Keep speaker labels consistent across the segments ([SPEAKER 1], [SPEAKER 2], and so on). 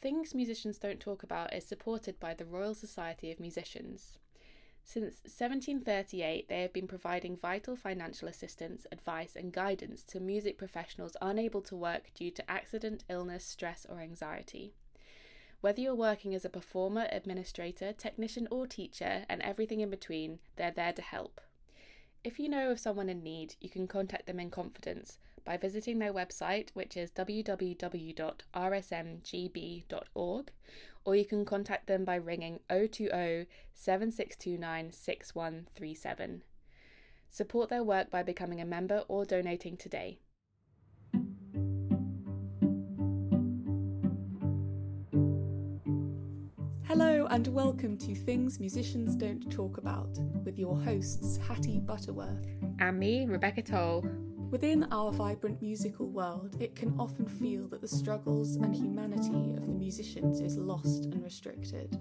[SPEAKER 1] Things Musicians Don't Talk About is supported by the Royal Society of Musicians. Since 1738, they have been providing vital financial assistance, advice, and guidance to music professionals unable to work due to accident, illness, stress, or anxiety. Whether you're working as a performer, administrator, technician, or teacher, and everything in between, they're there to help. If you know of someone in need, you can contact them in confidence by visiting their website, which is www.rsmgb.org, or you can contact them by ringing 020 7629 6137. Support their work by becoming a member or donating today.
[SPEAKER 2] Hello and welcome to Things Musicians Don't Talk About with your hosts Hattie Butterworth.
[SPEAKER 1] And me, Rebecca Toll.
[SPEAKER 2] Within our vibrant musical world, it can often feel that the struggles and humanity of the musicians is lost and restricted.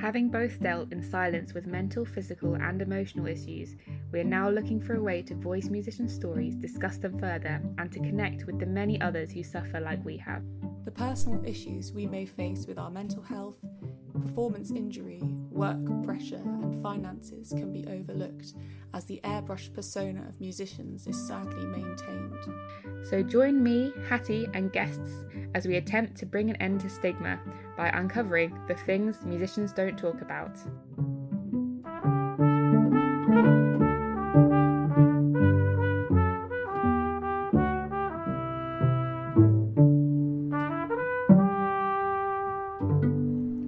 [SPEAKER 1] Having both dealt in silence with mental, physical, and emotional issues, we are now looking for a way to voice musicians' stories, discuss them further, and to connect with the many others who suffer like we have.
[SPEAKER 2] The personal issues we may face with our mental health, performance injury, work pressure, and finances can be overlooked as the airbrush persona of musicians is sadly maintained.
[SPEAKER 1] So join me, Hattie, and guests as we attempt to bring an end to stigma by uncovering the things musicians don't talk about.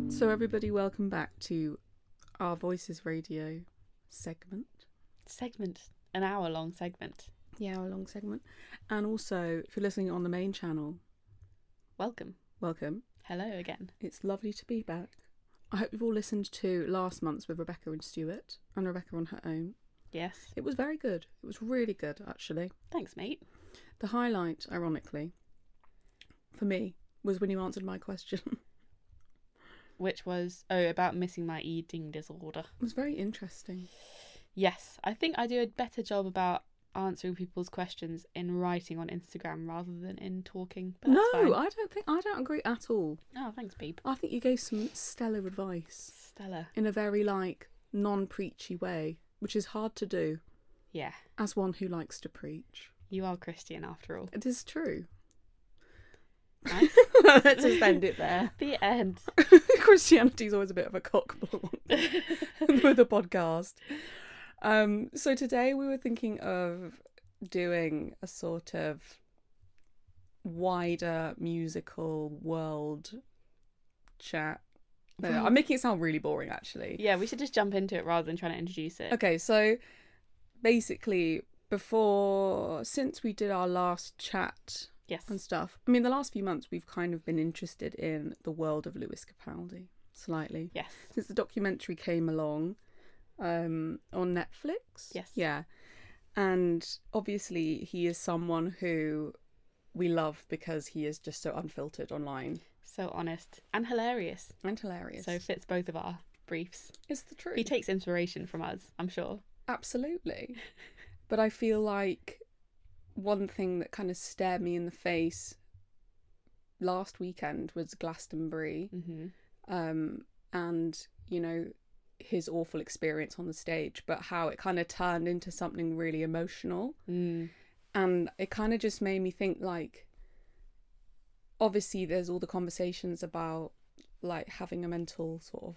[SPEAKER 2] So, everybody, welcome back to our Voices Radio segment.
[SPEAKER 1] Segment, an hour long segment.
[SPEAKER 2] Yeah, our long segment. And also, if you're listening on the main channel,
[SPEAKER 1] Welcome.
[SPEAKER 2] welcome.
[SPEAKER 1] Hello again.
[SPEAKER 2] It's lovely to be back. I hope you've all listened to last month's with Rebecca and Stuart and Rebecca on her own.
[SPEAKER 1] Yes.
[SPEAKER 2] It was very good. It was really good, actually.
[SPEAKER 1] Thanks, mate.
[SPEAKER 2] The highlight, ironically, for me, was when you answered my question. it
[SPEAKER 1] Which was, oh, about missing my eating disorder.
[SPEAKER 2] was very interesting.
[SPEAKER 1] Yes, I think I do a better job about answering people's questions in writing on Instagram rather than in talking. But
[SPEAKER 2] no,
[SPEAKER 1] that's fine.
[SPEAKER 2] I don't think I don't agree at all.
[SPEAKER 1] Oh, thanks, babe.
[SPEAKER 2] I think you gave some stellar advice
[SPEAKER 1] Stella.
[SPEAKER 2] in a very like non-preachy way, which is hard to do
[SPEAKER 1] Yeah,
[SPEAKER 2] as one who likes to preach.
[SPEAKER 1] you are Christian after all.
[SPEAKER 2] It is true.
[SPEAKER 1] Nice.
[SPEAKER 2] Let's just end it there.
[SPEAKER 1] the end.
[SPEAKER 2] Christianity's always a bit of a cockball with the podcast. Um, so today we were thinking of doing a sort of wider musical world chat. No, I'm making it sound really boring actually.
[SPEAKER 1] yeah, we should just jump into it rather than trying to introduce it.
[SPEAKER 2] Okay, so basically before since we did our last chat
[SPEAKER 1] Yes.
[SPEAKER 2] and stuff, I mean the last few months we've kind of been interested in the world of Lewis Capaldi slightly
[SPEAKER 1] Yes.
[SPEAKER 2] since the documentary came along um on Netflix.
[SPEAKER 1] Yes.
[SPEAKER 2] Yeah. And obviously he is someone who we love because he is just so unfiltered online
[SPEAKER 1] So honest and hilarious.
[SPEAKER 2] and hilarious.
[SPEAKER 1] So fits both of our briefs.
[SPEAKER 2] it's the truth.
[SPEAKER 1] He takes inspiration from us, I'm sure.
[SPEAKER 2] Absolutely. but I feel like one thing that kind of stared me in the face last weekend was Glastonbury.
[SPEAKER 1] hmm
[SPEAKER 2] um, and you know his awful experience on the stage, but how it kind of turned into something really emotional,
[SPEAKER 1] Mm.
[SPEAKER 2] and it kind of just made me think like, obviously there's all the conversations about like having a mental sort of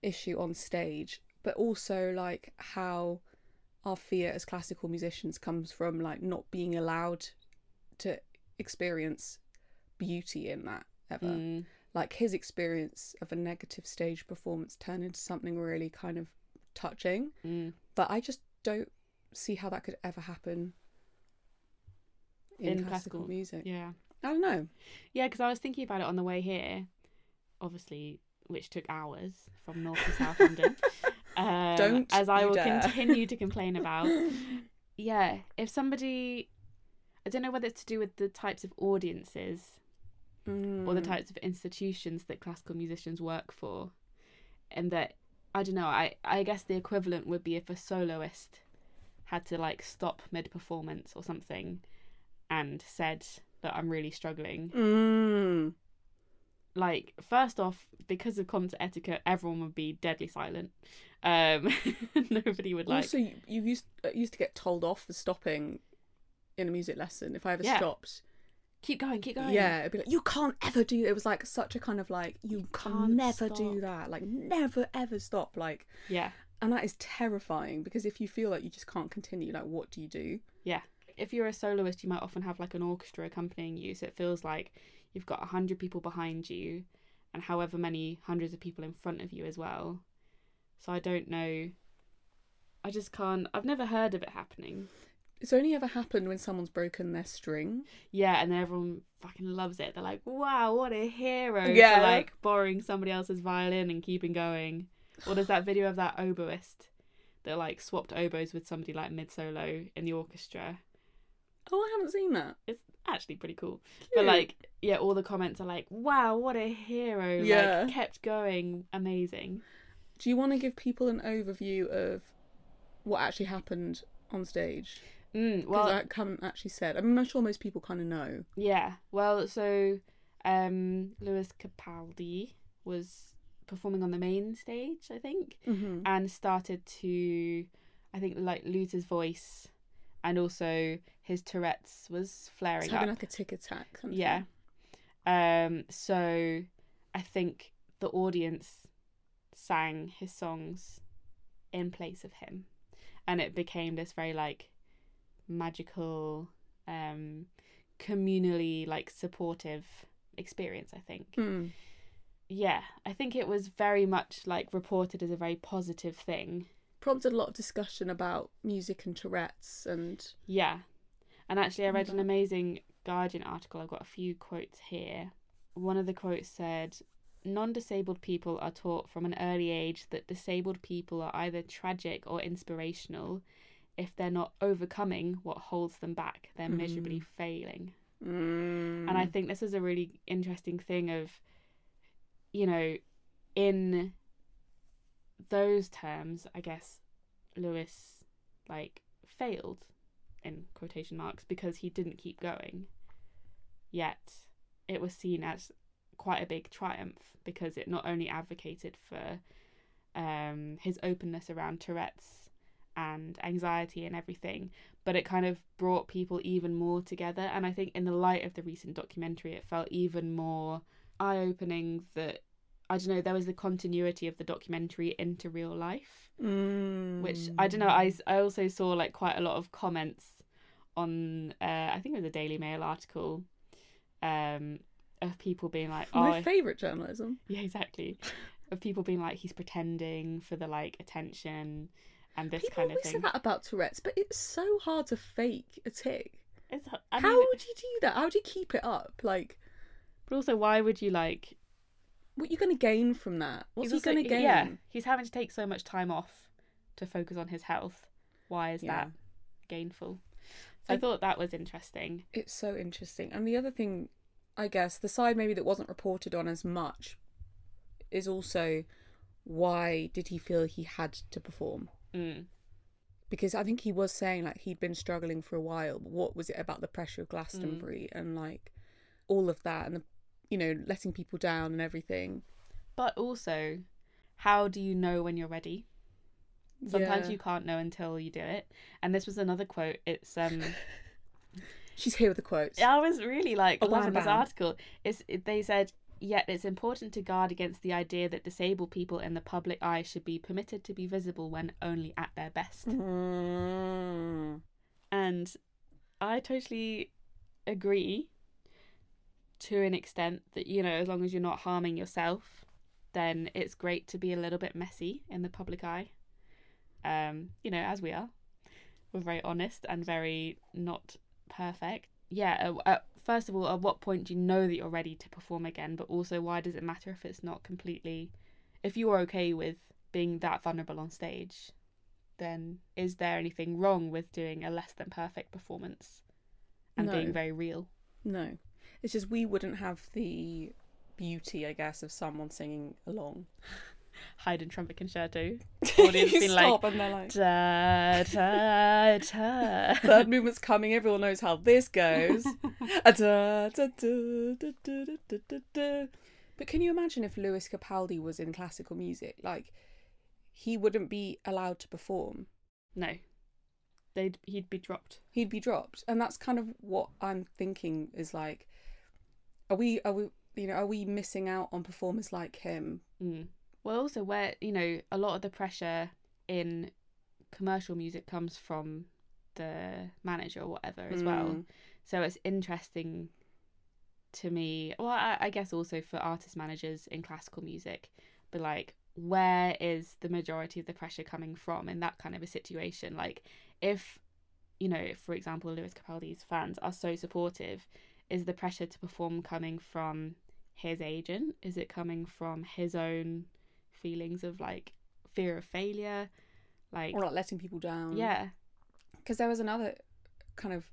[SPEAKER 2] issue on stage, but also like how our fear as classical musicians comes from like not being allowed to experience beauty in that ever
[SPEAKER 1] Mm.
[SPEAKER 2] like his experience of a negative stage performance turn into something really kind of touching.
[SPEAKER 1] Mm.
[SPEAKER 2] But I just don't see how that could ever happen in,
[SPEAKER 1] In
[SPEAKER 2] classical,
[SPEAKER 1] classical,
[SPEAKER 2] music.
[SPEAKER 1] Yeah.
[SPEAKER 2] I don't know.
[SPEAKER 1] Yeah, because I was thinking about it on the way here, obviously, which took hours from North to South London. Um,
[SPEAKER 2] Don't
[SPEAKER 1] as I
[SPEAKER 2] you
[SPEAKER 1] will
[SPEAKER 2] dare.
[SPEAKER 1] continue to complain about. yeah, if somebody, I don't know whether it's to do with the types of audiences or the
[SPEAKER 2] Mm.
[SPEAKER 1] types of institutions that classical musicians work for, and that I don't know. I I guess the equivalent would be if a soloist had to like stop mid performance or something, and said that I'm really struggling
[SPEAKER 2] Mm.
[SPEAKER 1] like first off because of concert etiquette everyone would be deadly silent um nobody would like
[SPEAKER 2] also, you, you used uh, used to get told off for stopping in a music lesson. If I ever
[SPEAKER 1] Yeah.
[SPEAKER 2] stopped,
[SPEAKER 1] keep going keep going
[SPEAKER 2] yeah, it'd be like you can't ever do. It was like such a kind of like you,
[SPEAKER 1] can't
[SPEAKER 2] can never
[SPEAKER 1] stop."
[SPEAKER 2] do that. Like never ever stop. Like
[SPEAKER 1] yeah
[SPEAKER 2] and that is terrifying because if you feel like you just can't continue, like what do you do?
[SPEAKER 1] if you're a soloist you might often have like an orchestra accompanying you so it feels like you've got 100 people behind you and however many hundreds of people in front of you as well so i don't know i just can't i've never heard of it happening
[SPEAKER 2] It's only ever happened when someone's broken their string.
[SPEAKER 1] yeah and then everyone fucking loves it they're like wow what a hero
[SPEAKER 2] Yeah.
[SPEAKER 1] for like borrowing somebody else's violin and keeping going or there's that video of that oboist that like swapped oboes with somebody like mid solo in the orchestra
[SPEAKER 2] Oh, I haven't seen that.
[SPEAKER 1] it's actually pretty cool But
[SPEAKER 2] Cute.
[SPEAKER 1] like, yeah, all the comments are like, "Wow, what a hero!"
[SPEAKER 2] Yeah.
[SPEAKER 1] Like, kept going, amazing.
[SPEAKER 2] do you want to give people an overview of what actually happened on stage?
[SPEAKER 1] Mm,
[SPEAKER 2] Because
[SPEAKER 1] well,
[SPEAKER 2] I haven't actually said. I'm sure most people kind of know.
[SPEAKER 1] yeah. Well, so um, Lewis Capaldi was performing on the main stage, I think,
[SPEAKER 2] Mm-hmm.
[SPEAKER 1] and started to, I think, like lose his voice, and also his Tourette's was flaring
[SPEAKER 2] It's having
[SPEAKER 1] up.
[SPEAKER 2] like a tick attack. kind of
[SPEAKER 1] Yeah.
[SPEAKER 2] thing.
[SPEAKER 1] Um, so I think the audience sang his songs in place of him. And it became this very like magical, um, communally like supportive experience, I think.
[SPEAKER 2] Mm.
[SPEAKER 1] Yeah. I think it was very much like reported as a very positive thing.
[SPEAKER 2] Prompted a lot of discussion about music and Tourette's and
[SPEAKER 1] Yeah. And actually, I read an
[SPEAKER 2] Okay.
[SPEAKER 1] amazing Guardian article. I've got a few quotes here. One of the quotes said Non disabled people are taught from an early age that disabled people are either tragic or inspirational. If they're not overcoming what holds them back, they're
[SPEAKER 2] Mm.
[SPEAKER 1] miserably failing.
[SPEAKER 2] mm.
[SPEAKER 1] And I think this is a really interesting thing of, you know, in those terms, I guess Lewis like failed in quotation marks because he didn't keep going. Yet it was seen as quite a big triumph because it not only advocated for um, his openness around Tourette's and anxiety and everything, but it kind of brought people even more together. And I think in the light of the recent documentary, it felt even more eye opening that I don't know, there was the continuity of the documentary into real life,
[SPEAKER 2] Mm.
[SPEAKER 1] which I don't know, I, s- I also saw like quite a lot of comments on, uh, I think it was a Daily Mail article. Um, of people being like, oh,
[SPEAKER 2] my
[SPEAKER 1] if-
[SPEAKER 2] favorite journalism.
[SPEAKER 1] yeah, exactly. Of people being like, he's pretending for the like attention and this
[SPEAKER 2] people
[SPEAKER 1] kind of
[SPEAKER 2] always say
[SPEAKER 1] thing.
[SPEAKER 2] that about Tourette's, but it's so hard to fake a tick.
[SPEAKER 1] It's, I
[SPEAKER 2] How
[SPEAKER 1] mean,
[SPEAKER 2] would you do that? How do you keep it up? Like,
[SPEAKER 1] but also, why would you like?
[SPEAKER 2] what are you going to gain from that? What's
[SPEAKER 1] he's
[SPEAKER 2] he
[SPEAKER 1] also-
[SPEAKER 2] going to gain?
[SPEAKER 1] Yeah, he's having to take so much time off to focus on his health. Why is
[SPEAKER 2] Yeah.
[SPEAKER 1] that gainful? So I
[SPEAKER 2] I-
[SPEAKER 1] thought that was interesting.
[SPEAKER 2] It's so interesting. And the other thing, I guess, the side maybe that wasn't reported on as much is also why did he feel he had to perform?
[SPEAKER 1] Mm.
[SPEAKER 2] Because I think he was saying like he'd been struggling for a while. But what was it about the pressure of Glastonbury
[SPEAKER 1] Mm.
[SPEAKER 2] and like all of that and the, you know, letting people down and everything?
[SPEAKER 1] But also, how do you know when you're ready? Sometimes
[SPEAKER 2] Yeah.
[SPEAKER 1] you can't know until you do it. And this was another quote. It's um.
[SPEAKER 2] She's here with the quotes.
[SPEAKER 1] I was really like
[SPEAKER 2] Oh,
[SPEAKER 1] loving
[SPEAKER 2] bam,
[SPEAKER 1] this
[SPEAKER 2] bam.
[SPEAKER 1] article. It's, it, they said, yet it's important to guard against the idea that disabled people in the public eye should be permitted to be visible when only at their best.
[SPEAKER 2] Mm.
[SPEAKER 1] And I totally agree to an extent that, you know, as long as you're not harming yourself, then it's great to be a little bit messy in the public eye. Um, you know, as we are. We're very honest and very not perfect. Yeah, uh, uh, first of all, at what point do you know that you're ready to perform again? But also, why does it matter if it's not completely. If you're okay with being that vulnerable on stage, then is there anything wrong with doing a less than perfect performance and
[SPEAKER 2] No.
[SPEAKER 1] being very real?
[SPEAKER 2] No. It's just we wouldn't have the beauty, I guess, of someone singing along.
[SPEAKER 1] Haydn trumpet concerto.
[SPEAKER 2] Audience
[SPEAKER 1] Audience been like,
[SPEAKER 2] stop and they're like
[SPEAKER 1] Da, da, da.
[SPEAKER 2] Third movement's coming. Everyone knows how this goes. Ah, da, da, da, da, da, da, da, da. But can you imagine if Lewis Capaldi was in classical music? Like, he wouldn't be allowed to perform.
[SPEAKER 1] No. They'd he'd be dropped.
[SPEAKER 2] He'd be dropped, and that's kind of what I'm thinking is like, are we are we you know are we missing out on performers like him?
[SPEAKER 1] Mm. Well, also where you know a lot of the pressure in commercial music comes from the manager or whatever as well.
[SPEAKER 2] Mm.
[SPEAKER 1] So it's interesting to me. Well, I, I guess also for artist managers in classical music, but like, where is the majority of the pressure coming from in that kind of a situation? Like, if you know, if, for example, Lewis Capaldi's fans are so supportive, is the pressure to perform coming from his agent? Is it coming from his own feelings of like fear of failure? Like,
[SPEAKER 2] Or like letting people down.
[SPEAKER 1] yeah,
[SPEAKER 2] because there was another kind of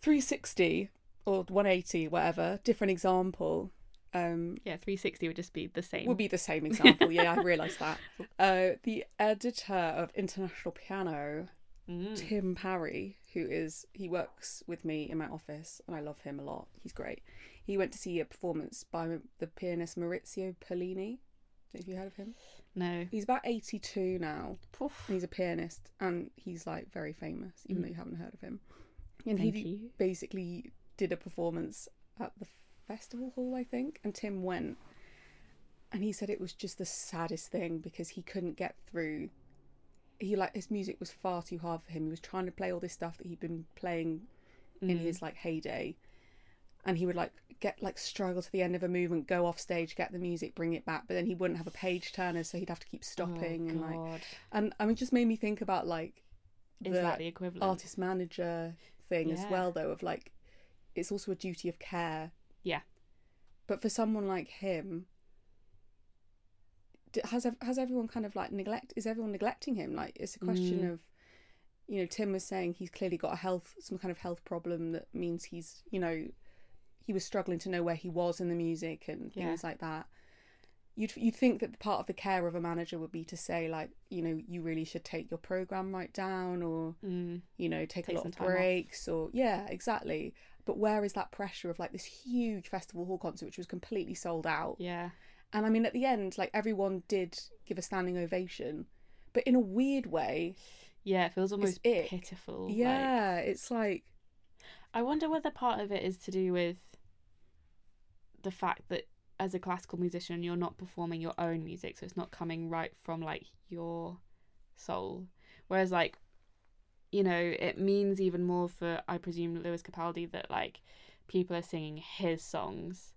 [SPEAKER 2] 360 or 180 whatever different example um
[SPEAKER 1] yeah, 360 would just be the same.
[SPEAKER 2] will be the same example yeah i realized that uh the editor of international piano
[SPEAKER 1] Mm.
[SPEAKER 2] tim parry who is he works with me in my office and i love him a lot he's great he went to see a performance by the pianist maurizio Pollini. have you heard of him
[SPEAKER 1] No.
[SPEAKER 2] he's about 82 now
[SPEAKER 1] Poof.
[SPEAKER 2] and he's a pianist and he's like very famous even though you haven't heard of him and
[SPEAKER 1] Hmm. Thank
[SPEAKER 2] he
[SPEAKER 1] you.
[SPEAKER 2] basically did a performance at the festival hall i think and tim went and he said it was just the saddest thing because he couldn't get through he like his music was far too hard for him he was trying to play all this stuff that he'd been playing
[SPEAKER 1] Mm.
[SPEAKER 2] in his like heyday and he would like get like struggle to the end of a movement go off stage get the music bring it back but then he wouldn't have a page turner so he'd have to
[SPEAKER 1] Oh,
[SPEAKER 2] keep stopping and like and I mean, it just made me think about like
[SPEAKER 1] is that the equivalent?
[SPEAKER 2] artist manager thing as
[SPEAKER 1] Yeah.
[SPEAKER 2] well, though, of like it's also a duty of care.
[SPEAKER 1] Yeah.
[SPEAKER 2] But for someone like him, d- has ev- has everyone kind of like neglect? Is everyone neglecting him? Like it's a question
[SPEAKER 1] Mm.
[SPEAKER 2] of, you know, Tim was saying he's clearly got a health, some kind of health problem that means he's, you know, he was struggling to know where he was in the music and
[SPEAKER 1] Yeah.
[SPEAKER 2] things like that. You'd you'd think that part of the care of a manager would be to say like, you know, you really should take your program right down, or
[SPEAKER 1] Mm.
[SPEAKER 2] you know, take,
[SPEAKER 1] Take
[SPEAKER 2] a lot
[SPEAKER 1] some
[SPEAKER 2] of
[SPEAKER 1] time off.
[SPEAKER 2] breaks, or yeah, exactly. But where is that pressure of like this huge festival hall concert which was completely sold out?
[SPEAKER 1] Yeah.
[SPEAKER 2] And I mean, at the end, like everyone did give a standing ovation, but in a weird way,
[SPEAKER 1] Yeah, it feels almost
[SPEAKER 2] ick.
[SPEAKER 1] pitiful. like-
[SPEAKER 2] yeah, it's like
[SPEAKER 1] I wonder whether part of it is to do with the fact that as a classical musician, you're not performing your own music, so it's not coming right from like your soul. Whereas, like, you know, it means even more for, I presume, Lewis Capaldi that like people are singing his songs.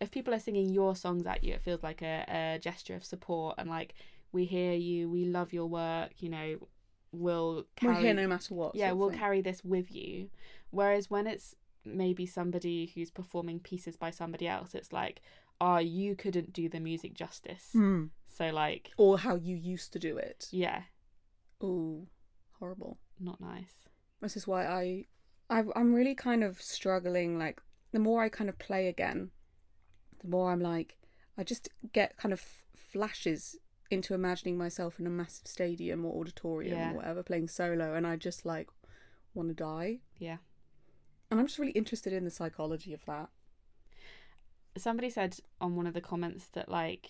[SPEAKER 1] If people are singing your songs at you, it feels like a, a gesture of support and like, we hear you, we love your work, you know, we'll carry
[SPEAKER 2] we're here no matter what.
[SPEAKER 1] yeah
[SPEAKER 2] sort of
[SPEAKER 1] we'll
[SPEAKER 2] thing.
[SPEAKER 1] carry this with you whereas when it's maybe somebody who's performing pieces by somebody else it's like oh you couldn't do the music justice
[SPEAKER 2] Hmm.
[SPEAKER 1] so like
[SPEAKER 2] or how you used to do it.
[SPEAKER 1] yeah
[SPEAKER 2] Ooh, horrible.
[SPEAKER 1] not nice
[SPEAKER 2] This is why I, I I'm really kind of struggling. Like the more I kind of play again, the more I'm like I just get kind of f- flashes into imagining myself in a massive stadium or auditorium
[SPEAKER 1] Yeah.
[SPEAKER 2] or whatever playing solo, and I just like want to die.
[SPEAKER 1] yeah
[SPEAKER 2] And I'm just really interested in the psychology of that.
[SPEAKER 1] somebody said on one of the comments that like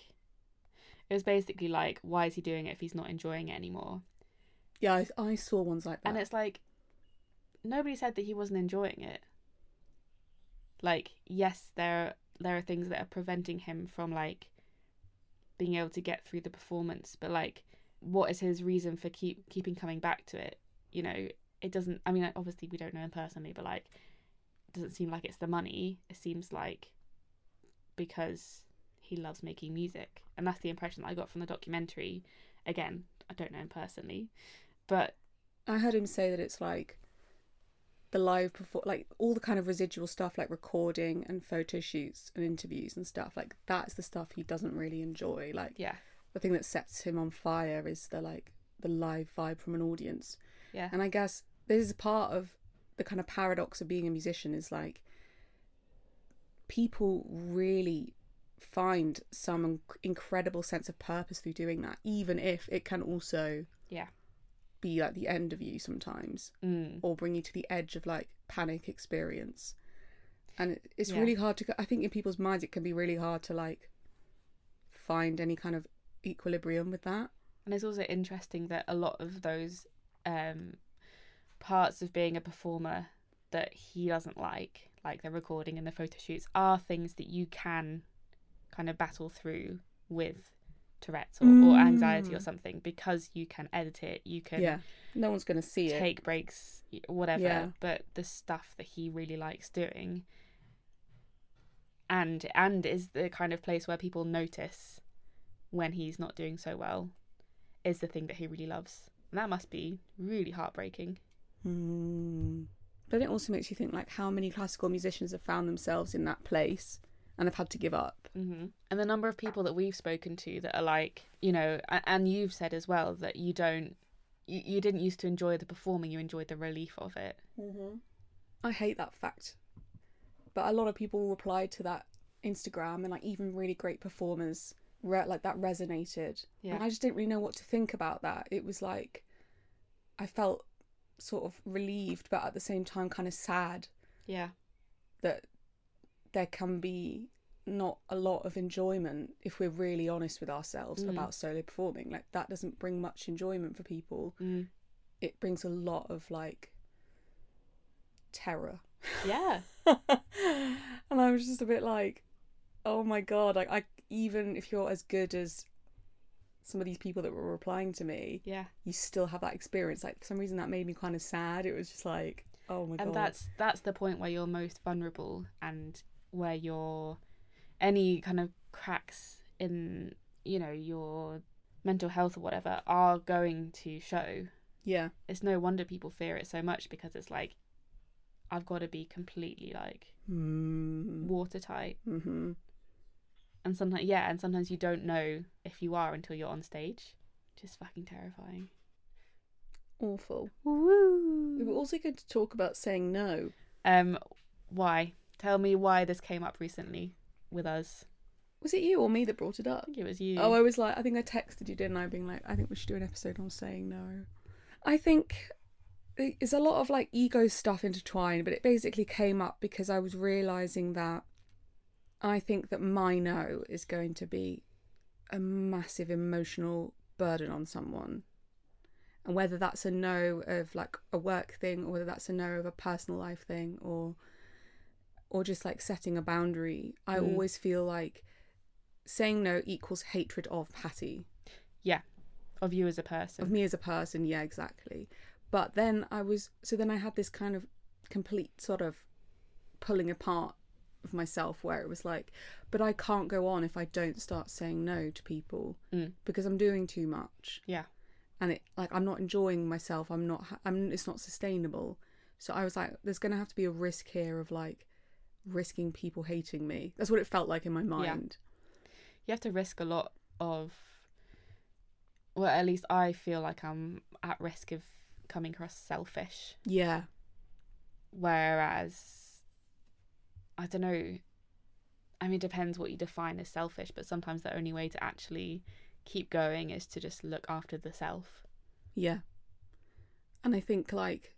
[SPEAKER 1] it was basically like why is he doing it if he's not enjoying it anymore
[SPEAKER 2] Yeah, I, I saw ones like that.
[SPEAKER 1] and it's like nobody said that he wasn't enjoying it like yes there there are things that are preventing him from like being able to get through the performance but like what is his reason for keep keeping coming back to it you know it doesn't i mean obviously we don't know him personally but like it doesn't seem like it's the money it seems like because he loves making music and that's the impression that i got from the documentary again i don't know him personally but
[SPEAKER 2] I heard him say that it's like the live perform, like all the kind of residual stuff, like recording and photo shoots and interviews and stuff. Like that's the stuff he doesn't really enjoy. Like
[SPEAKER 1] yeah
[SPEAKER 2] the thing that sets him on fire is the like the live vibe from an audience.
[SPEAKER 1] Yeah.
[SPEAKER 2] And I guess this is part of the kind of paradox of being a musician is like people really find some inc- incredible sense of purpose through doing that, even if it can also
[SPEAKER 1] Yeah.
[SPEAKER 2] be like the end of you sometimes
[SPEAKER 1] Mm.
[SPEAKER 2] or bring you to the edge of like panic experience. and it, it's
[SPEAKER 1] Yeah.
[SPEAKER 2] really hard to. go- I think in people's minds it can be really hard to like find any kind of equilibrium with that.
[SPEAKER 1] And it's also interesting that a lot of those um, parts of being a performer that he doesn't like, like the recording and the photo shoots, are things that you can kind of battle through with Tourette's or, or anxiety or
[SPEAKER 2] Mm.
[SPEAKER 1] something because you can edit it, you can
[SPEAKER 2] yeah, no one's gonna see it.
[SPEAKER 1] take breaks, y- whatever.
[SPEAKER 2] Yeah.
[SPEAKER 1] But the stuff that he really likes doing, and and is the kind of place where people notice when he's not doing so well, is the thing that he really loves. And that must be really heartbreaking.
[SPEAKER 2] Mm. But it also makes you think like how many classical musicians have found themselves in that place and have had to give up.
[SPEAKER 1] Mm-hmm. And the number of people that we've spoken to that are like, you know, a- and you've said as well that you don't, you, you didn't used to enjoy the performing, you enjoyed the relief of it. Mm-hmm.
[SPEAKER 2] I hate that fact. But a lot of people replied to that Instagram and like even really great performers re- like that resonated.
[SPEAKER 1] Yeah.
[SPEAKER 2] And I just didn't really know what to think about that. It was like I felt sort of relieved but at the same time kind of sad
[SPEAKER 1] Yeah.
[SPEAKER 2] that there can be not a lot of enjoyment if we're really honest with ourselves
[SPEAKER 1] Mm.
[SPEAKER 2] about solo performing. Like that doesn't bring much enjoyment for people.
[SPEAKER 1] Mm.
[SPEAKER 2] It brings a lot of like terror.
[SPEAKER 1] Yeah.
[SPEAKER 2] and I was just a bit like, oh my god, like I even if you're as good as some of these people that were replying to me,
[SPEAKER 1] Yeah.
[SPEAKER 2] you still have that experience. Like for some reason that made me kind of sad. It was just like, oh my god.
[SPEAKER 1] and that's that's the point where you're most vulnerable and where your any kind of cracks in you know your mental health or whatever are going to show
[SPEAKER 2] yeah.
[SPEAKER 1] it's no wonder people fear it so much because it's like i've got to be completely like
[SPEAKER 2] Mm.
[SPEAKER 1] watertight
[SPEAKER 2] hmm
[SPEAKER 1] and sometimes yeah and sometimes you don't know if you are until you're on stage just fucking terrifying
[SPEAKER 2] Awful. We were
[SPEAKER 1] Woo!
[SPEAKER 2] also going to talk about saying no.
[SPEAKER 1] um why tell me why this came up recently with us
[SPEAKER 2] Was it you or me that brought it
[SPEAKER 1] i
[SPEAKER 2] up?
[SPEAKER 1] think it was you
[SPEAKER 2] Oh, I was like, I think I texted you, didn't I? Being like, I think we should do an episode on saying no. I think it's a lot of like ego stuff intertwined, but it basically came up because I was realizing that I think that my no is going to be a massive emotional burden on someone. And whether that's a no of like a work thing or whether that's a no of a personal life thing or or just like setting a boundary, I
[SPEAKER 1] Mm.
[SPEAKER 2] always feel like saying no equals hatred of Patty
[SPEAKER 1] of you as a person
[SPEAKER 2] of me as a person yeah exactly but then i was so then i had this kind of complete sort of pulling apart of myself where it was like but i can't go on if i don't start saying no to people
[SPEAKER 1] Mm.
[SPEAKER 2] because i'm doing too much
[SPEAKER 1] Yeah.
[SPEAKER 2] and it like i'm not enjoying myself i'm not ha- i'm it's not sustainable so i was like there's gonna have to be a risk here of like risking people hating me that's what it felt like in my mind
[SPEAKER 1] you have to risk a lot of well at least i feel like i'm at risk of coming across selfish
[SPEAKER 2] yeah
[SPEAKER 1] whereas i don't know i mean it depends what you define as selfish but sometimes the only way to actually keep going is to just look after the self
[SPEAKER 2] Yeah. And I think like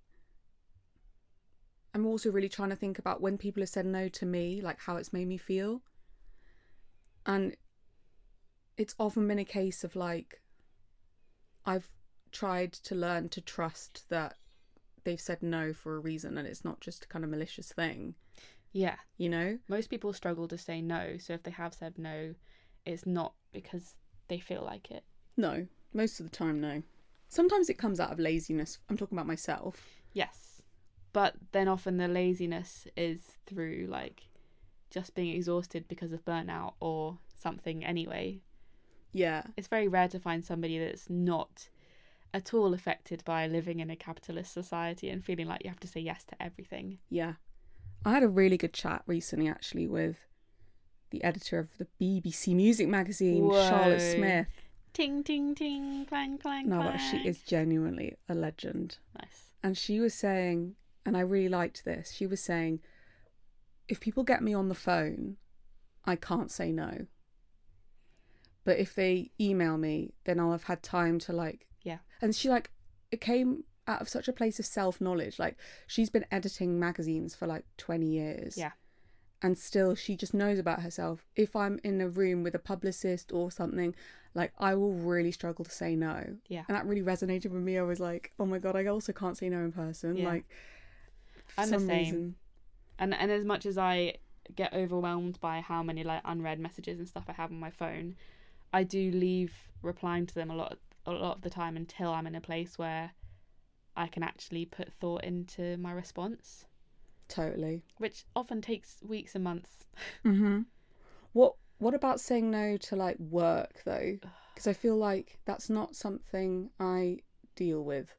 [SPEAKER 2] I'm also really trying to think about when people have said no to me, like how it's made me feel. And it's often been a case of like I've tried to learn to trust that they've said no for a reason and it's not just a kind of malicious thing,
[SPEAKER 1] yeah
[SPEAKER 2] you know?
[SPEAKER 1] most people struggle to say no so if they have said no it's not because they feel like it
[SPEAKER 2] No, most of the time no. Sometimes it comes out of laziness. I'm talking about myself.
[SPEAKER 1] Yes. But then often the laziness is through like just being exhausted because of burnout or something anyway.
[SPEAKER 2] Yeah.
[SPEAKER 1] It's very rare to find somebody that's not at all affected by living in a capitalist society and feeling like you have to say yes to everything.
[SPEAKER 2] Yeah. I had a really good chat recently, actually, with the editor of the BBC Music magazine, Charlotte
[SPEAKER 1] Whoa.
[SPEAKER 2] Smith.
[SPEAKER 1] Ting ting ting clang clang.
[SPEAKER 2] No,
[SPEAKER 1] clang.
[SPEAKER 2] but she is genuinely a legend.
[SPEAKER 1] nice.
[SPEAKER 2] And she was saying, and I really liked this, she was saying, if people get me on the phone, I can't say no. But if they email me, then I'll have had time to like.
[SPEAKER 1] Yeah.
[SPEAKER 2] And she like, it came out of such a place of self knowledge. Like, she's been editing magazines for like 20 years.
[SPEAKER 1] Yeah.
[SPEAKER 2] and still she just knows about herself. If I'm in a room with a publicist or something, like I will really struggle to say no.
[SPEAKER 1] Yeah.
[SPEAKER 2] And that really resonated with me. I was like, oh my god, I also can't say no in person.
[SPEAKER 1] Yeah.
[SPEAKER 2] Like, for
[SPEAKER 1] I'm the
[SPEAKER 2] some
[SPEAKER 1] same.
[SPEAKER 2] reason,
[SPEAKER 1] and and as much as I get overwhelmed by how many like unread messages and stuff I have on my phone, I do leave replying to them a lot a lot of the time until I'm in a place where I can actually put thought into my response,
[SPEAKER 2] totally.
[SPEAKER 1] which often takes weeks and months.
[SPEAKER 2] Mm-hmm. What What about saying no to like work though? Because I feel like that's not something I deal with.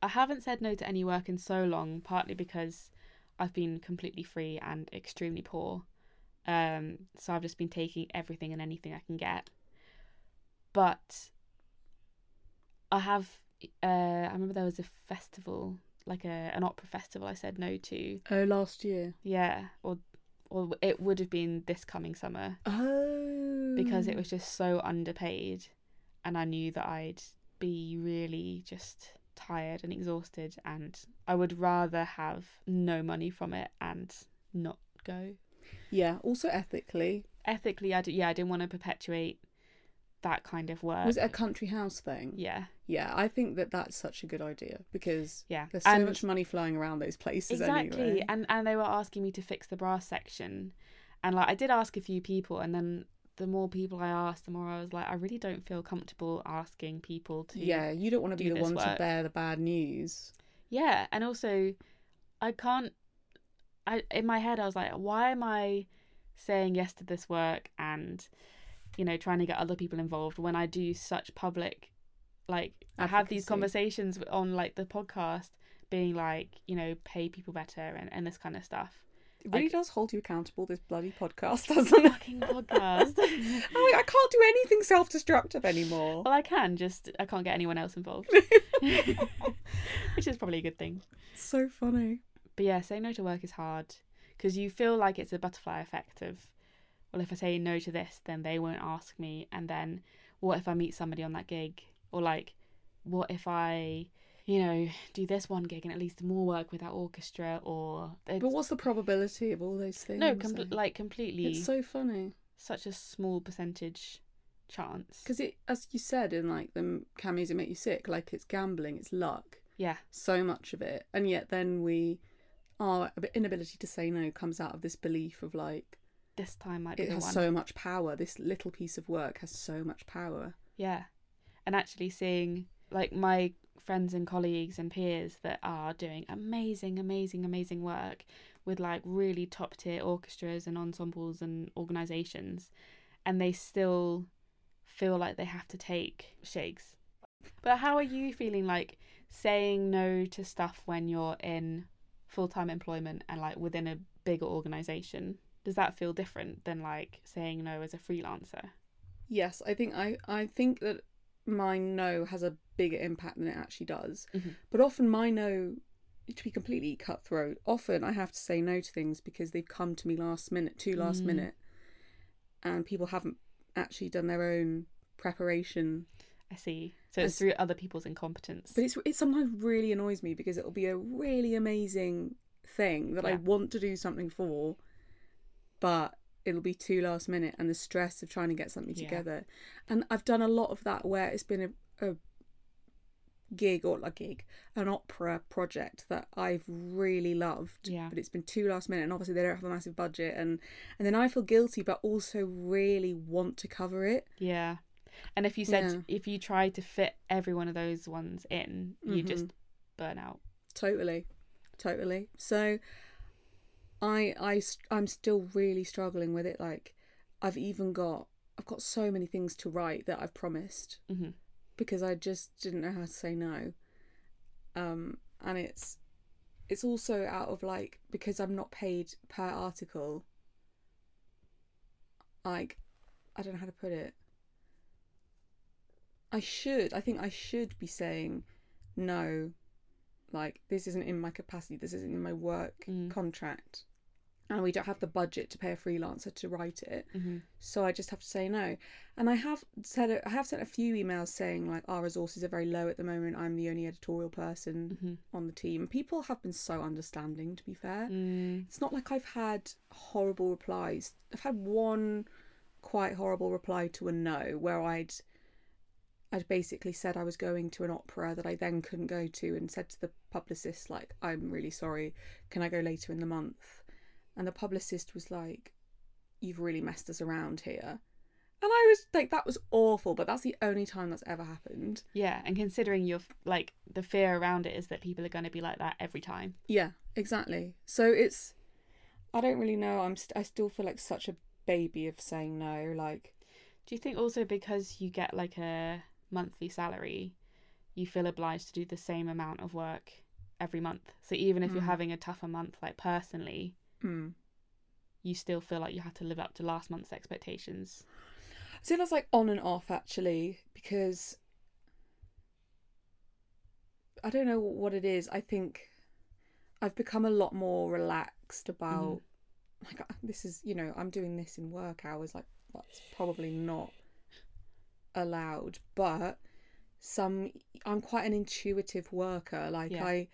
[SPEAKER 1] I haven't said no to any work in so long, partly because I've been completely free and extremely poor. Um, so I've just been taking everything and anything I can get. But I have. Uh, I remember there was a festival, like a an opera festival. I said no to.
[SPEAKER 2] Oh, last year.
[SPEAKER 1] Yeah, or or it would have been this coming summer
[SPEAKER 2] Oh.
[SPEAKER 1] because it was just so underpaid, and I knew that I'd be really just tired and exhausted, and I would rather have no money from it and not go.
[SPEAKER 2] Yeah. Also ethically,
[SPEAKER 1] Ethically, I d- yeah, I didn't want to perpetuate that kind of work.
[SPEAKER 2] was it a country house thing?
[SPEAKER 1] yeah,
[SPEAKER 2] Yeah, I think that that's such a good idea because
[SPEAKER 1] yeah,
[SPEAKER 2] there's so
[SPEAKER 1] And-
[SPEAKER 2] much money flying around those places
[SPEAKER 1] exactly
[SPEAKER 2] anyway.
[SPEAKER 1] and and they were asking me to fix the brass section and like i did ask a few people and then the more people i asked the more i was like i really don't feel comfortable asking people to
[SPEAKER 2] Yeah, you don't want to be
[SPEAKER 1] do
[SPEAKER 2] the
[SPEAKER 1] this
[SPEAKER 2] one to
[SPEAKER 1] work.
[SPEAKER 2] bear the bad news.
[SPEAKER 1] yeah and also i can't i in my head i was like why am i saying yes to this work and you know trying to get other people involved when i do such public like i have these
[SPEAKER 2] Advocacy.
[SPEAKER 1] conversations on like the podcast being like you know pay people better and, and this kind of stuff
[SPEAKER 2] It
[SPEAKER 1] I-
[SPEAKER 2] really does hold you accountable, this bloody podcast, doesn't it?
[SPEAKER 1] fucking podcast.
[SPEAKER 2] I'm like, I can't do anything self destructive anymore.
[SPEAKER 1] well, I can just I can't get anyone else involved, which is probably a good thing.
[SPEAKER 2] It's so funny.
[SPEAKER 1] But yeah, saying no to work is hard because you feel like it's a butterfly effect of, well, if I say no to this, then they won't ask me, and then what if I meet somebody on that gig, or like, what if I, you know, do this one gig and it leads to more work with that orchestra, or it's,
[SPEAKER 2] But what's the probability of all those things?
[SPEAKER 1] no, com-
[SPEAKER 2] though?
[SPEAKER 1] like completely
[SPEAKER 2] it's so funny
[SPEAKER 1] such a small percentage chance.
[SPEAKER 2] because it, as you said in like the cameos that make you sick, like it's gambling, it's luck.
[SPEAKER 1] Yeah,
[SPEAKER 2] so much of it and yet then we our ab- inability to say no comes out of this belief of like
[SPEAKER 1] this time might be
[SPEAKER 2] it
[SPEAKER 1] the
[SPEAKER 2] has
[SPEAKER 1] one.
[SPEAKER 2] so much power this little piece of work has so much power
[SPEAKER 1] Yeah. And actually seeing like my friends and colleagues and peers that are doing amazing, amazing, amazing work with like really top tier orchestras and ensembles and organisations and they still feel like they have to take shakes. But how are you feeling like saying no to stuff when you're in full time employment and like within a bigger organisation? Does that feel different than like saying no as a freelancer?
[SPEAKER 2] yes i think i i think that my no has a bigger impact than it actually does
[SPEAKER 1] Mhm.
[SPEAKER 2] but often my no to be completely cutthroat often i have to say no to things because they've come to me last minute too last
[SPEAKER 1] Mm.
[SPEAKER 2] minute and people haven't actually done their own preparation
[SPEAKER 1] I see. So it's
[SPEAKER 2] As-
[SPEAKER 1] through other people's incompetence.
[SPEAKER 2] But it's it sometimes really annoys me because it'll be a really amazing thing that I
[SPEAKER 1] Yeah.
[SPEAKER 2] want to do something for, but it'll be too last minute and the stress of trying to get something
[SPEAKER 1] Yeah.
[SPEAKER 2] together. And I've done a lot of that where it's been a, a gig or a gig, an opera project that I've really loved,
[SPEAKER 1] Yeah.
[SPEAKER 2] but it's been too last minute and obviously they don't have a massive budget and and then I feel guilty but also really want to cover it.
[SPEAKER 1] yeah. And if you said
[SPEAKER 2] Yeah.
[SPEAKER 1] if you try to fit every one of those ones in, you
[SPEAKER 2] Mm-hmm.
[SPEAKER 1] just burn out.
[SPEAKER 2] totally totally so i i st- i'm still really struggling with it like i've even got i've got so many things to write that i've promised
[SPEAKER 1] Mhm.
[SPEAKER 2] because i just didn't know how to say no um and it's it's also out of like because i'm not paid per article like i don't know how to put it i should i think i should be saying no like this isn't in my capacity this isn't in my work
[SPEAKER 1] Mm.
[SPEAKER 2] contract and we don't have the budget to pay a freelancer to write it. So I just have to say no. And I have said I have sent a few emails saying like our resources are very low at the moment. I'm the only editorial person on the team. People have been so understanding to be fair.
[SPEAKER 1] Mm,
[SPEAKER 2] It's not like I've had horrible replies. I've had one quite horrible reply to a no where I'd I'd basically said I was going to an opera that I then couldn't go to and said to the publicist like I'm really sorry, can I go later in the month? And the publicist was like you've really messed us around here. And I was like that was awful, but that's the only time that's ever happened.
[SPEAKER 1] Yeah, and considering your f- like the fear around it is that people are going to be like that every time.
[SPEAKER 2] Yeah, exactly. So it's I don't really know. I'm st- I still feel like such a baby of saying no like
[SPEAKER 1] Do you think also because you get like a monthly salary, you feel obliged to do the same amount of work every month? So even if you're
[SPEAKER 2] Mm.
[SPEAKER 1] having a tougher month, like personally,
[SPEAKER 2] hmm.
[SPEAKER 1] you still feel like you have to live up to last month's expectations.
[SPEAKER 2] So that's like on and off actually, because I don't know what it is. I think I've become a lot more relaxed about like I- this is you know I'm doing this in work hours. Like that's probably not allowed, but some I'm quite an intuitive worker. Like
[SPEAKER 1] Yeah.
[SPEAKER 2] I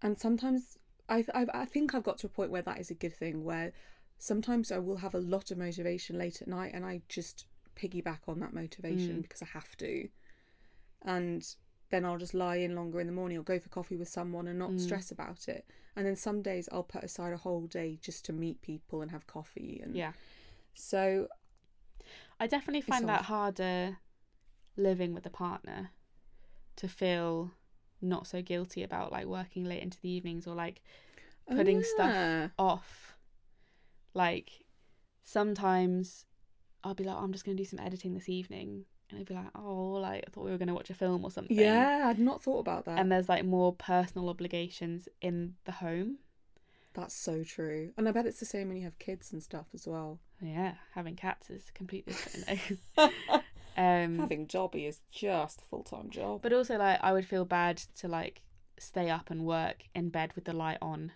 [SPEAKER 2] and sometimes I, I I think I've got to a point where that is a good thing where sometimes I will have a lot of motivation late at night and I just piggyback on that motivation because I have to. And then I'll just lie in longer in the morning or go for coffee with someone and not
[SPEAKER 1] Mm.
[SPEAKER 2] stress about it. And then some days I'll put aside a whole day just to meet people and have coffee and
[SPEAKER 1] Yeah.
[SPEAKER 2] so
[SPEAKER 1] I definitely find that
[SPEAKER 2] odd.
[SPEAKER 1] harder living with a partner to feel not so guilty about like working late into the evenings or like Putting stuff
[SPEAKER 2] oh Yeah.
[SPEAKER 1] off. Like sometimes I'll be like, oh, I'm just gonna do some editing this evening, and I'll be like, oh, like I thought we were gonna watch a film or something.
[SPEAKER 2] Yeah, I'd not thought about that.
[SPEAKER 1] And there's like more personal obligations in the home.
[SPEAKER 2] That's so true. And I bet it's the same when you have kids and stuff as well.
[SPEAKER 1] Yeah, having cats is completely different. um,
[SPEAKER 2] Having jobby is just a full time job.
[SPEAKER 1] but also like I would feel bad to like stay up and work in bed with the light on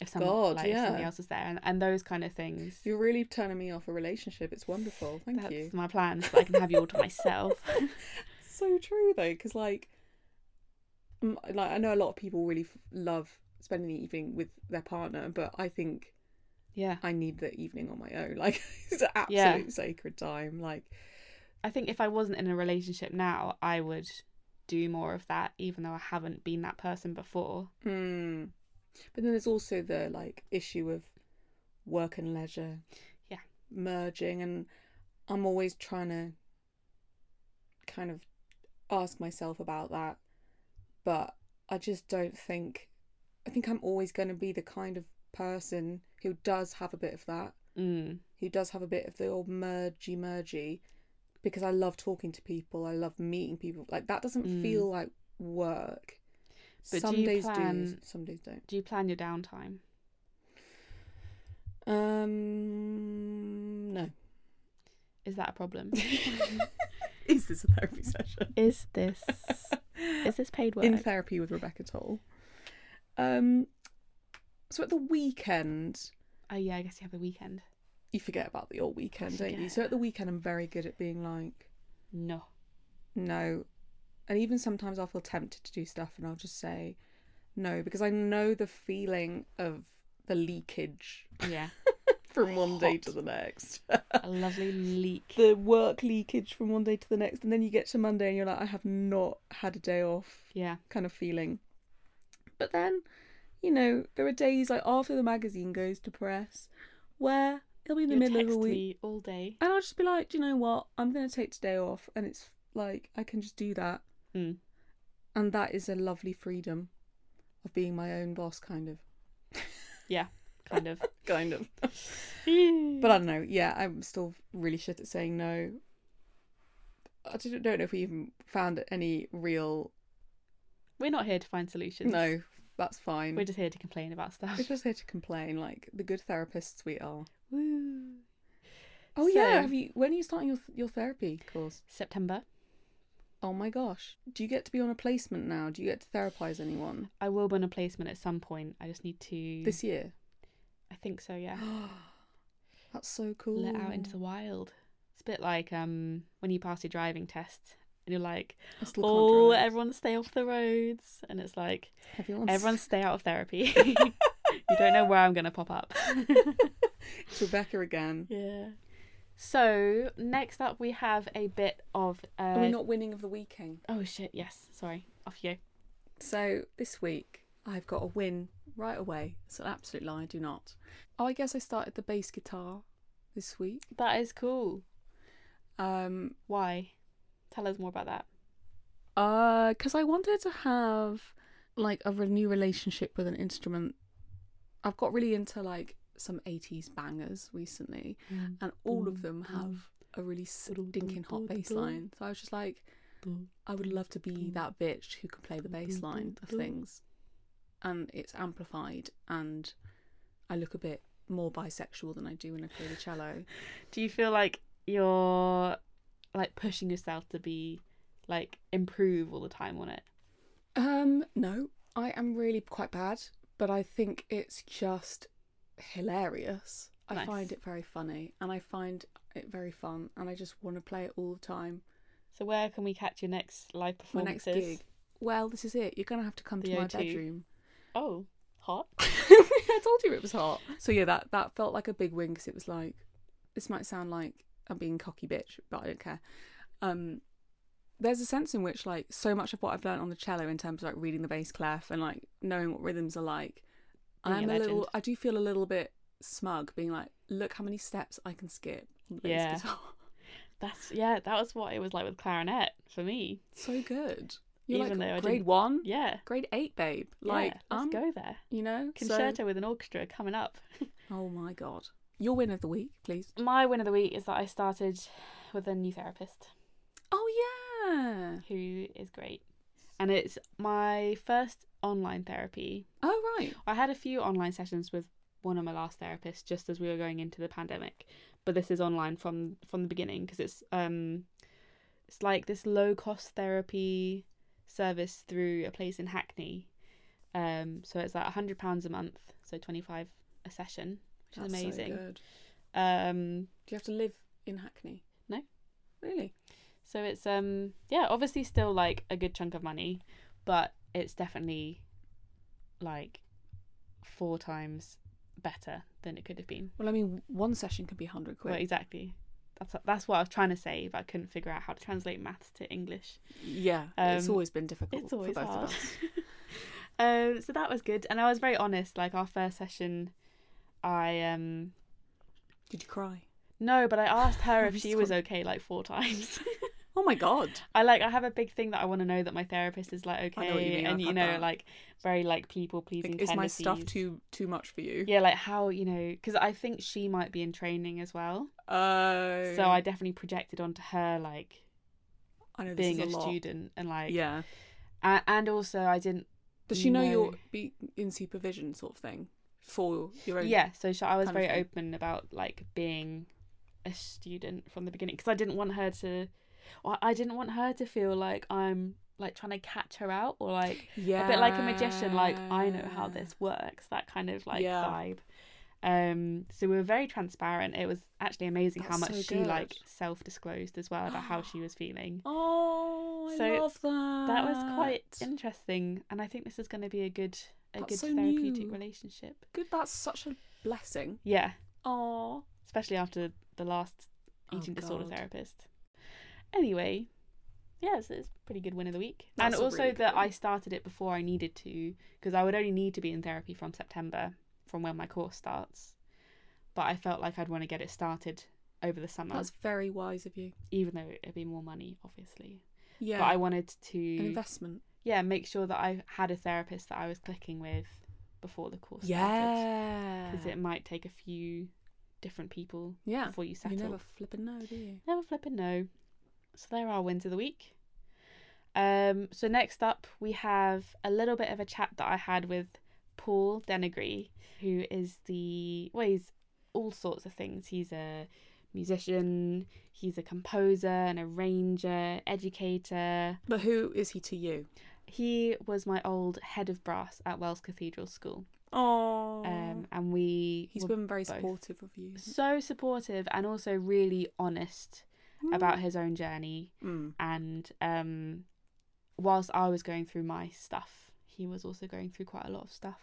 [SPEAKER 1] if some
[SPEAKER 2] God,
[SPEAKER 1] like if somebody
[SPEAKER 2] yeah.
[SPEAKER 1] else is there and, and those kind of things.
[SPEAKER 2] You're really turning me off a relationship. It's wonderful. Thank
[SPEAKER 1] That's
[SPEAKER 2] you.
[SPEAKER 1] my plan, so I can have you all to myself.
[SPEAKER 2] so true though because like m- like i know a lot of people really f- love spending the evening with their partner but i think
[SPEAKER 1] yeah.
[SPEAKER 2] i need the evening on my own like it's an absolute
[SPEAKER 1] Yeah.
[SPEAKER 2] sacred time like
[SPEAKER 1] I think if I wasn't in a relationship now, I would do more of that, even though I haven't been that person before.
[SPEAKER 2] mm. but then there's also the like issue of work and leisure
[SPEAKER 1] Yeah.
[SPEAKER 2] merging and i'm always trying to kind of ask myself about that but i just don't think i think i'm always going to be the kind of person who does have a bit of that
[SPEAKER 1] Mm.
[SPEAKER 2] who does have a bit of the old mergy mergy because i love talking to people i love meeting people like that doesn't
[SPEAKER 1] Mm.
[SPEAKER 2] feel like work
[SPEAKER 1] But do
[SPEAKER 2] some
[SPEAKER 1] you
[SPEAKER 2] days do
[SPEAKER 1] plan-
[SPEAKER 2] some days don't
[SPEAKER 1] Do you plan your downtime?
[SPEAKER 2] um no
[SPEAKER 1] Is that a problem?
[SPEAKER 2] is this a therapy session?
[SPEAKER 1] is this is this paid work?
[SPEAKER 2] In therapy with Rebecca Toll. Um, so at the weekend,
[SPEAKER 1] oh yeah, I guess you have the weekend.
[SPEAKER 2] you forget about the old weekend, don't you?
[SPEAKER 1] forget.
[SPEAKER 2] So at the weekend, I'm very good at being like,
[SPEAKER 1] No.
[SPEAKER 2] no. And even sometimes I'll feel tempted to do stuff and I'll just say no because I know the feeling of the leakage
[SPEAKER 1] Yeah.
[SPEAKER 2] from one day
[SPEAKER 1] Hot.
[SPEAKER 2] to the next.
[SPEAKER 1] a lovely leak.
[SPEAKER 2] the work leakage from one day to the next. And then you get to Monday and you're like, I have not had a day off.
[SPEAKER 1] Yeah.
[SPEAKER 2] kind of feeling. But then, you know, there are days like after the magazine goes to press where it'll be in the
[SPEAKER 1] You'll
[SPEAKER 2] middle of the
[SPEAKER 1] text
[SPEAKER 2] week.
[SPEAKER 1] me all day.
[SPEAKER 2] And I'll just be like, do you know what? I'm going to take today off. And it's like, I can just do that.
[SPEAKER 1] Mm.
[SPEAKER 2] And that is a lovely freedom of being my own boss, kind of.
[SPEAKER 1] Kind of.
[SPEAKER 2] Kind of. But
[SPEAKER 1] but
[SPEAKER 2] I don't know. Yeah, I'm still really shit at saying no. I don't don't know if we even found any real.
[SPEAKER 1] we're not here to find solutions.
[SPEAKER 2] No, that's fine.
[SPEAKER 1] We're just here to complain about stuff.
[SPEAKER 2] We're just here to complain, like the good therapists we are.
[SPEAKER 1] Woo.
[SPEAKER 2] Oh yeah,
[SPEAKER 1] So-
[SPEAKER 2] have you? When are you starting your your therapy course?
[SPEAKER 1] September.
[SPEAKER 2] Oh my gosh, do you get to be on a placement now? Do you get to therapize anyone
[SPEAKER 1] I will win a placement at some point. I just need to
[SPEAKER 2] this year?
[SPEAKER 1] I think so, yeah.
[SPEAKER 2] That's so cool.
[SPEAKER 1] Let out into the wild. It's a bit like um when you pass your driving test and you're like,
[SPEAKER 2] That's little
[SPEAKER 1] Oh,
[SPEAKER 2] controls.
[SPEAKER 1] everyone stay off the roads and it's like
[SPEAKER 2] Everyone's
[SPEAKER 1] everyone stay out of therapy. you don't know where I'm gonna pop up.
[SPEAKER 2] it's Rebecca again.
[SPEAKER 1] yeah. So next up we have a bit of uh,
[SPEAKER 2] Are we not winning of the weekend?
[SPEAKER 1] Oh shit, yes, sorry. Off you.
[SPEAKER 2] So this week I've got a win right away. It's an absolute lie, I do not. Oh, I guess I started the bass guitar this week.
[SPEAKER 1] That is cool.
[SPEAKER 2] Um
[SPEAKER 1] Why? Tell us more about that.
[SPEAKER 2] uh cuz I wanted to have like a re- new relationship with an instrument. I've got really into like some 80s bangers recently and all of them have a really stinking hot bass line. So I was just like I would love to be that bitch who can play the bass line of things. And it's amplified, and I look a bit more bisexual than I do when I play the cello.
[SPEAKER 1] Do you feel like you're like pushing yourself to be like improve all the time on it?
[SPEAKER 2] Um, no, I am really quite bad, but I think it's just hilarious. I
[SPEAKER 1] Nice.
[SPEAKER 2] find it very funny, and I find it very fun, and I just want to play it all the time.
[SPEAKER 1] So where can we catch your next live
[SPEAKER 2] My
[SPEAKER 1] performances?
[SPEAKER 2] next gig. Well, this is it. You're gonna have to come
[SPEAKER 1] The
[SPEAKER 2] to my
[SPEAKER 1] O2.
[SPEAKER 2] bedroom.
[SPEAKER 1] Oh, hot.
[SPEAKER 2] I told you it was hot. So yeah, that that felt like a big win because it was like, this might sound like I'm being cocky bitch, but I don't care. Um, there's a sense in which like so much of what I've learned on the cello in terms of like reading the bass clef and like knowing what rhythms are like,
[SPEAKER 1] Being
[SPEAKER 2] I'm
[SPEAKER 1] a
[SPEAKER 2] a, little.
[SPEAKER 1] legend.
[SPEAKER 2] I do feel a little bit smug, being like, look how many steps I can skip. on the bass
[SPEAKER 1] Yeah.
[SPEAKER 2] guitar."
[SPEAKER 1] That's yeah, that was what it was like with clarinet for me.
[SPEAKER 2] so good. You're
[SPEAKER 1] Even though I
[SPEAKER 2] like grade
[SPEAKER 1] didn't-
[SPEAKER 2] one,
[SPEAKER 1] Yeah.
[SPEAKER 2] grade eight, babe. Like,
[SPEAKER 1] yeah, let's
[SPEAKER 2] um,
[SPEAKER 1] go there.
[SPEAKER 2] you know, so-
[SPEAKER 1] Concerto with an orchestra coming up.
[SPEAKER 2] oh my god, your win of the week, please.
[SPEAKER 1] My win of the week is that I started with a new therapist.
[SPEAKER 2] Oh yeah.
[SPEAKER 1] who is great. And it's my first online therapy.
[SPEAKER 2] Oh right.
[SPEAKER 1] I had a few online sessions with one of my last therapists just as we were going into the pandemic, but this is online from from the beginning because it's um it's like this low cost therapy service through a place in Hackney. Um so it's like 100 pounds a month, so 25 a session, which is
[SPEAKER 2] so
[SPEAKER 1] amazing.
[SPEAKER 2] good.
[SPEAKER 1] um
[SPEAKER 2] Do you have to live in Hackney?
[SPEAKER 1] No.
[SPEAKER 2] Really?
[SPEAKER 1] So it's um yeah, obviously still like a good chunk of money, but it's definitely like four times better than it could have been.
[SPEAKER 2] Well, I mean, one session can be hundred quid.
[SPEAKER 1] Well, exactly. That's that's what I was trying to say, but I couldn't figure out how to translate maths to English.
[SPEAKER 2] Yeah, it's
[SPEAKER 1] Um,
[SPEAKER 2] always been difficult.
[SPEAKER 1] It's always
[SPEAKER 2] for both
[SPEAKER 1] hard.
[SPEAKER 2] Of us.
[SPEAKER 1] um, so that was good, and I was very honest. Like our first session, I um
[SPEAKER 2] Did you cry?
[SPEAKER 1] no, but I asked her if
[SPEAKER 2] I'm
[SPEAKER 1] she was okay like four times.
[SPEAKER 2] Oh my god.
[SPEAKER 1] I like I have a big thing that I want to know that my therapist is like
[SPEAKER 2] I
[SPEAKER 1] okay
[SPEAKER 2] know what you mean,
[SPEAKER 1] and
[SPEAKER 2] I've
[SPEAKER 1] you
[SPEAKER 2] had
[SPEAKER 1] know
[SPEAKER 2] that.
[SPEAKER 1] like very like people pleasing
[SPEAKER 2] Like, is my stuff
[SPEAKER 1] tendencies.
[SPEAKER 2] too too much for you?
[SPEAKER 1] yeah like how you know because I think she might be in training as well
[SPEAKER 2] Oh.
[SPEAKER 1] so I definitely projected onto her like
[SPEAKER 2] I know this
[SPEAKER 1] being
[SPEAKER 2] is
[SPEAKER 1] a,
[SPEAKER 2] lot.
[SPEAKER 1] student and like
[SPEAKER 2] Yeah.
[SPEAKER 1] a- and also I didn't
[SPEAKER 2] Does she know
[SPEAKER 1] No.
[SPEAKER 2] you're be in supervision, sort of thing, for your own?
[SPEAKER 1] yeah so she, I was
[SPEAKER 2] kind of
[SPEAKER 1] very
[SPEAKER 2] thing.
[SPEAKER 1] open about like being a student from the beginning because I didn't want her to well, I didn't want her to feel like I'm like trying to catch her out or like
[SPEAKER 2] Yeah.
[SPEAKER 1] a bit like a magician like i know how this works that kind of like
[SPEAKER 2] Yeah.
[SPEAKER 1] vibe um so we were very transparent it was actually amazing how
[SPEAKER 2] That's
[SPEAKER 1] much
[SPEAKER 2] so
[SPEAKER 1] she
[SPEAKER 2] good.
[SPEAKER 1] like self-disclosed as well about how she was feeling
[SPEAKER 2] Oh, I
[SPEAKER 1] So
[SPEAKER 2] love that.
[SPEAKER 1] that was quite interesting and i think this is going to be a good a
[SPEAKER 2] That's
[SPEAKER 1] good
[SPEAKER 2] so
[SPEAKER 1] therapeutic
[SPEAKER 2] new.
[SPEAKER 1] relationship
[SPEAKER 2] good. That's such a blessing.
[SPEAKER 1] yeah
[SPEAKER 2] Oh.
[SPEAKER 1] especially after the last
[SPEAKER 2] Oh,
[SPEAKER 1] eating disorder
[SPEAKER 2] God.
[SPEAKER 1] therapist anyway yeah so it's a pretty good win of the week and
[SPEAKER 2] That's a
[SPEAKER 1] also
[SPEAKER 2] really good
[SPEAKER 1] that
[SPEAKER 2] win.
[SPEAKER 1] i started it before i needed to because i would only need to be in therapy from september from when my course starts but i felt like i'd want to get it started over the summer
[SPEAKER 2] That's very wise of you.
[SPEAKER 1] even though it'd be more money obviously
[SPEAKER 2] Yeah.
[SPEAKER 1] but i wanted
[SPEAKER 2] an
[SPEAKER 1] to
[SPEAKER 2] investment.
[SPEAKER 1] yeah make sure that i had a therapist that i was clicking with before the course started
[SPEAKER 2] Yeah.
[SPEAKER 1] because it might take a few different people
[SPEAKER 2] yeah.
[SPEAKER 1] before you
[SPEAKER 2] You
[SPEAKER 1] settle
[SPEAKER 2] never flipping know, do you?
[SPEAKER 1] Never flipping no. So there are wins of the week. Um, so next up we have a little bit of a chat that I had with Paul Denigree, who is the well, he's all sorts of things. He's a musician, he's a composer, an arranger, educator.
[SPEAKER 2] But who is he to you?
[SPEAKER 1] He was my old head of brass at Wells Cathedral School.
[SPEAKER 2] Oh,
[SPEAKER 1] Um, and we
[SPEAKER 2] he's
[SPEAKER 1] were
[SPEAKER 2] been very
[SPEAKER 1] both.
[SPEAKER 2] supportive of you.
[SPEAKER 1] so supportive and also really honest about his own journey.
[SPEAKER 2] Mm.
[SPEAKER 1] And um, whilst I was going through my stuff, he was also going through quite a lot of stuff.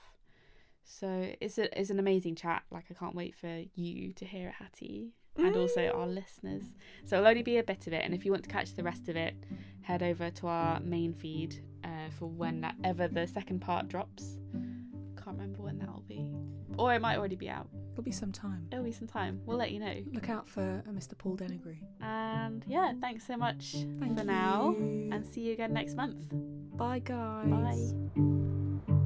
[SPEAKER 1] So it's a, it's an amazing chat. Like I can't wait for you to hear it, Hattie,
[SPEAKER 2] Mm.
[SPEAKER 1] and also our listeners. So it'll only be a bit of it. And if you want to catch the rest of it, head over to our main feed uh, for whenever the second part drops. Can't remember when that will be, or it might already be out.
[SPEAKER 2] It'll be some time.
[SPEAKER 1] It'll be some time. We'll let you know.
[SPEAKER 2] Look out for uh, Mr. Paul Denigree.
[SPEAKER 1] And yeah, thanks so much
[SPEAKER 2] Thank
[SPEAKER 1] for now.
[SPEAKER 2] you.
[SPEAKER 1] And see you again next month.
[SPEAKER 2] Bye, guys.
[SPEAKER 1] Bye.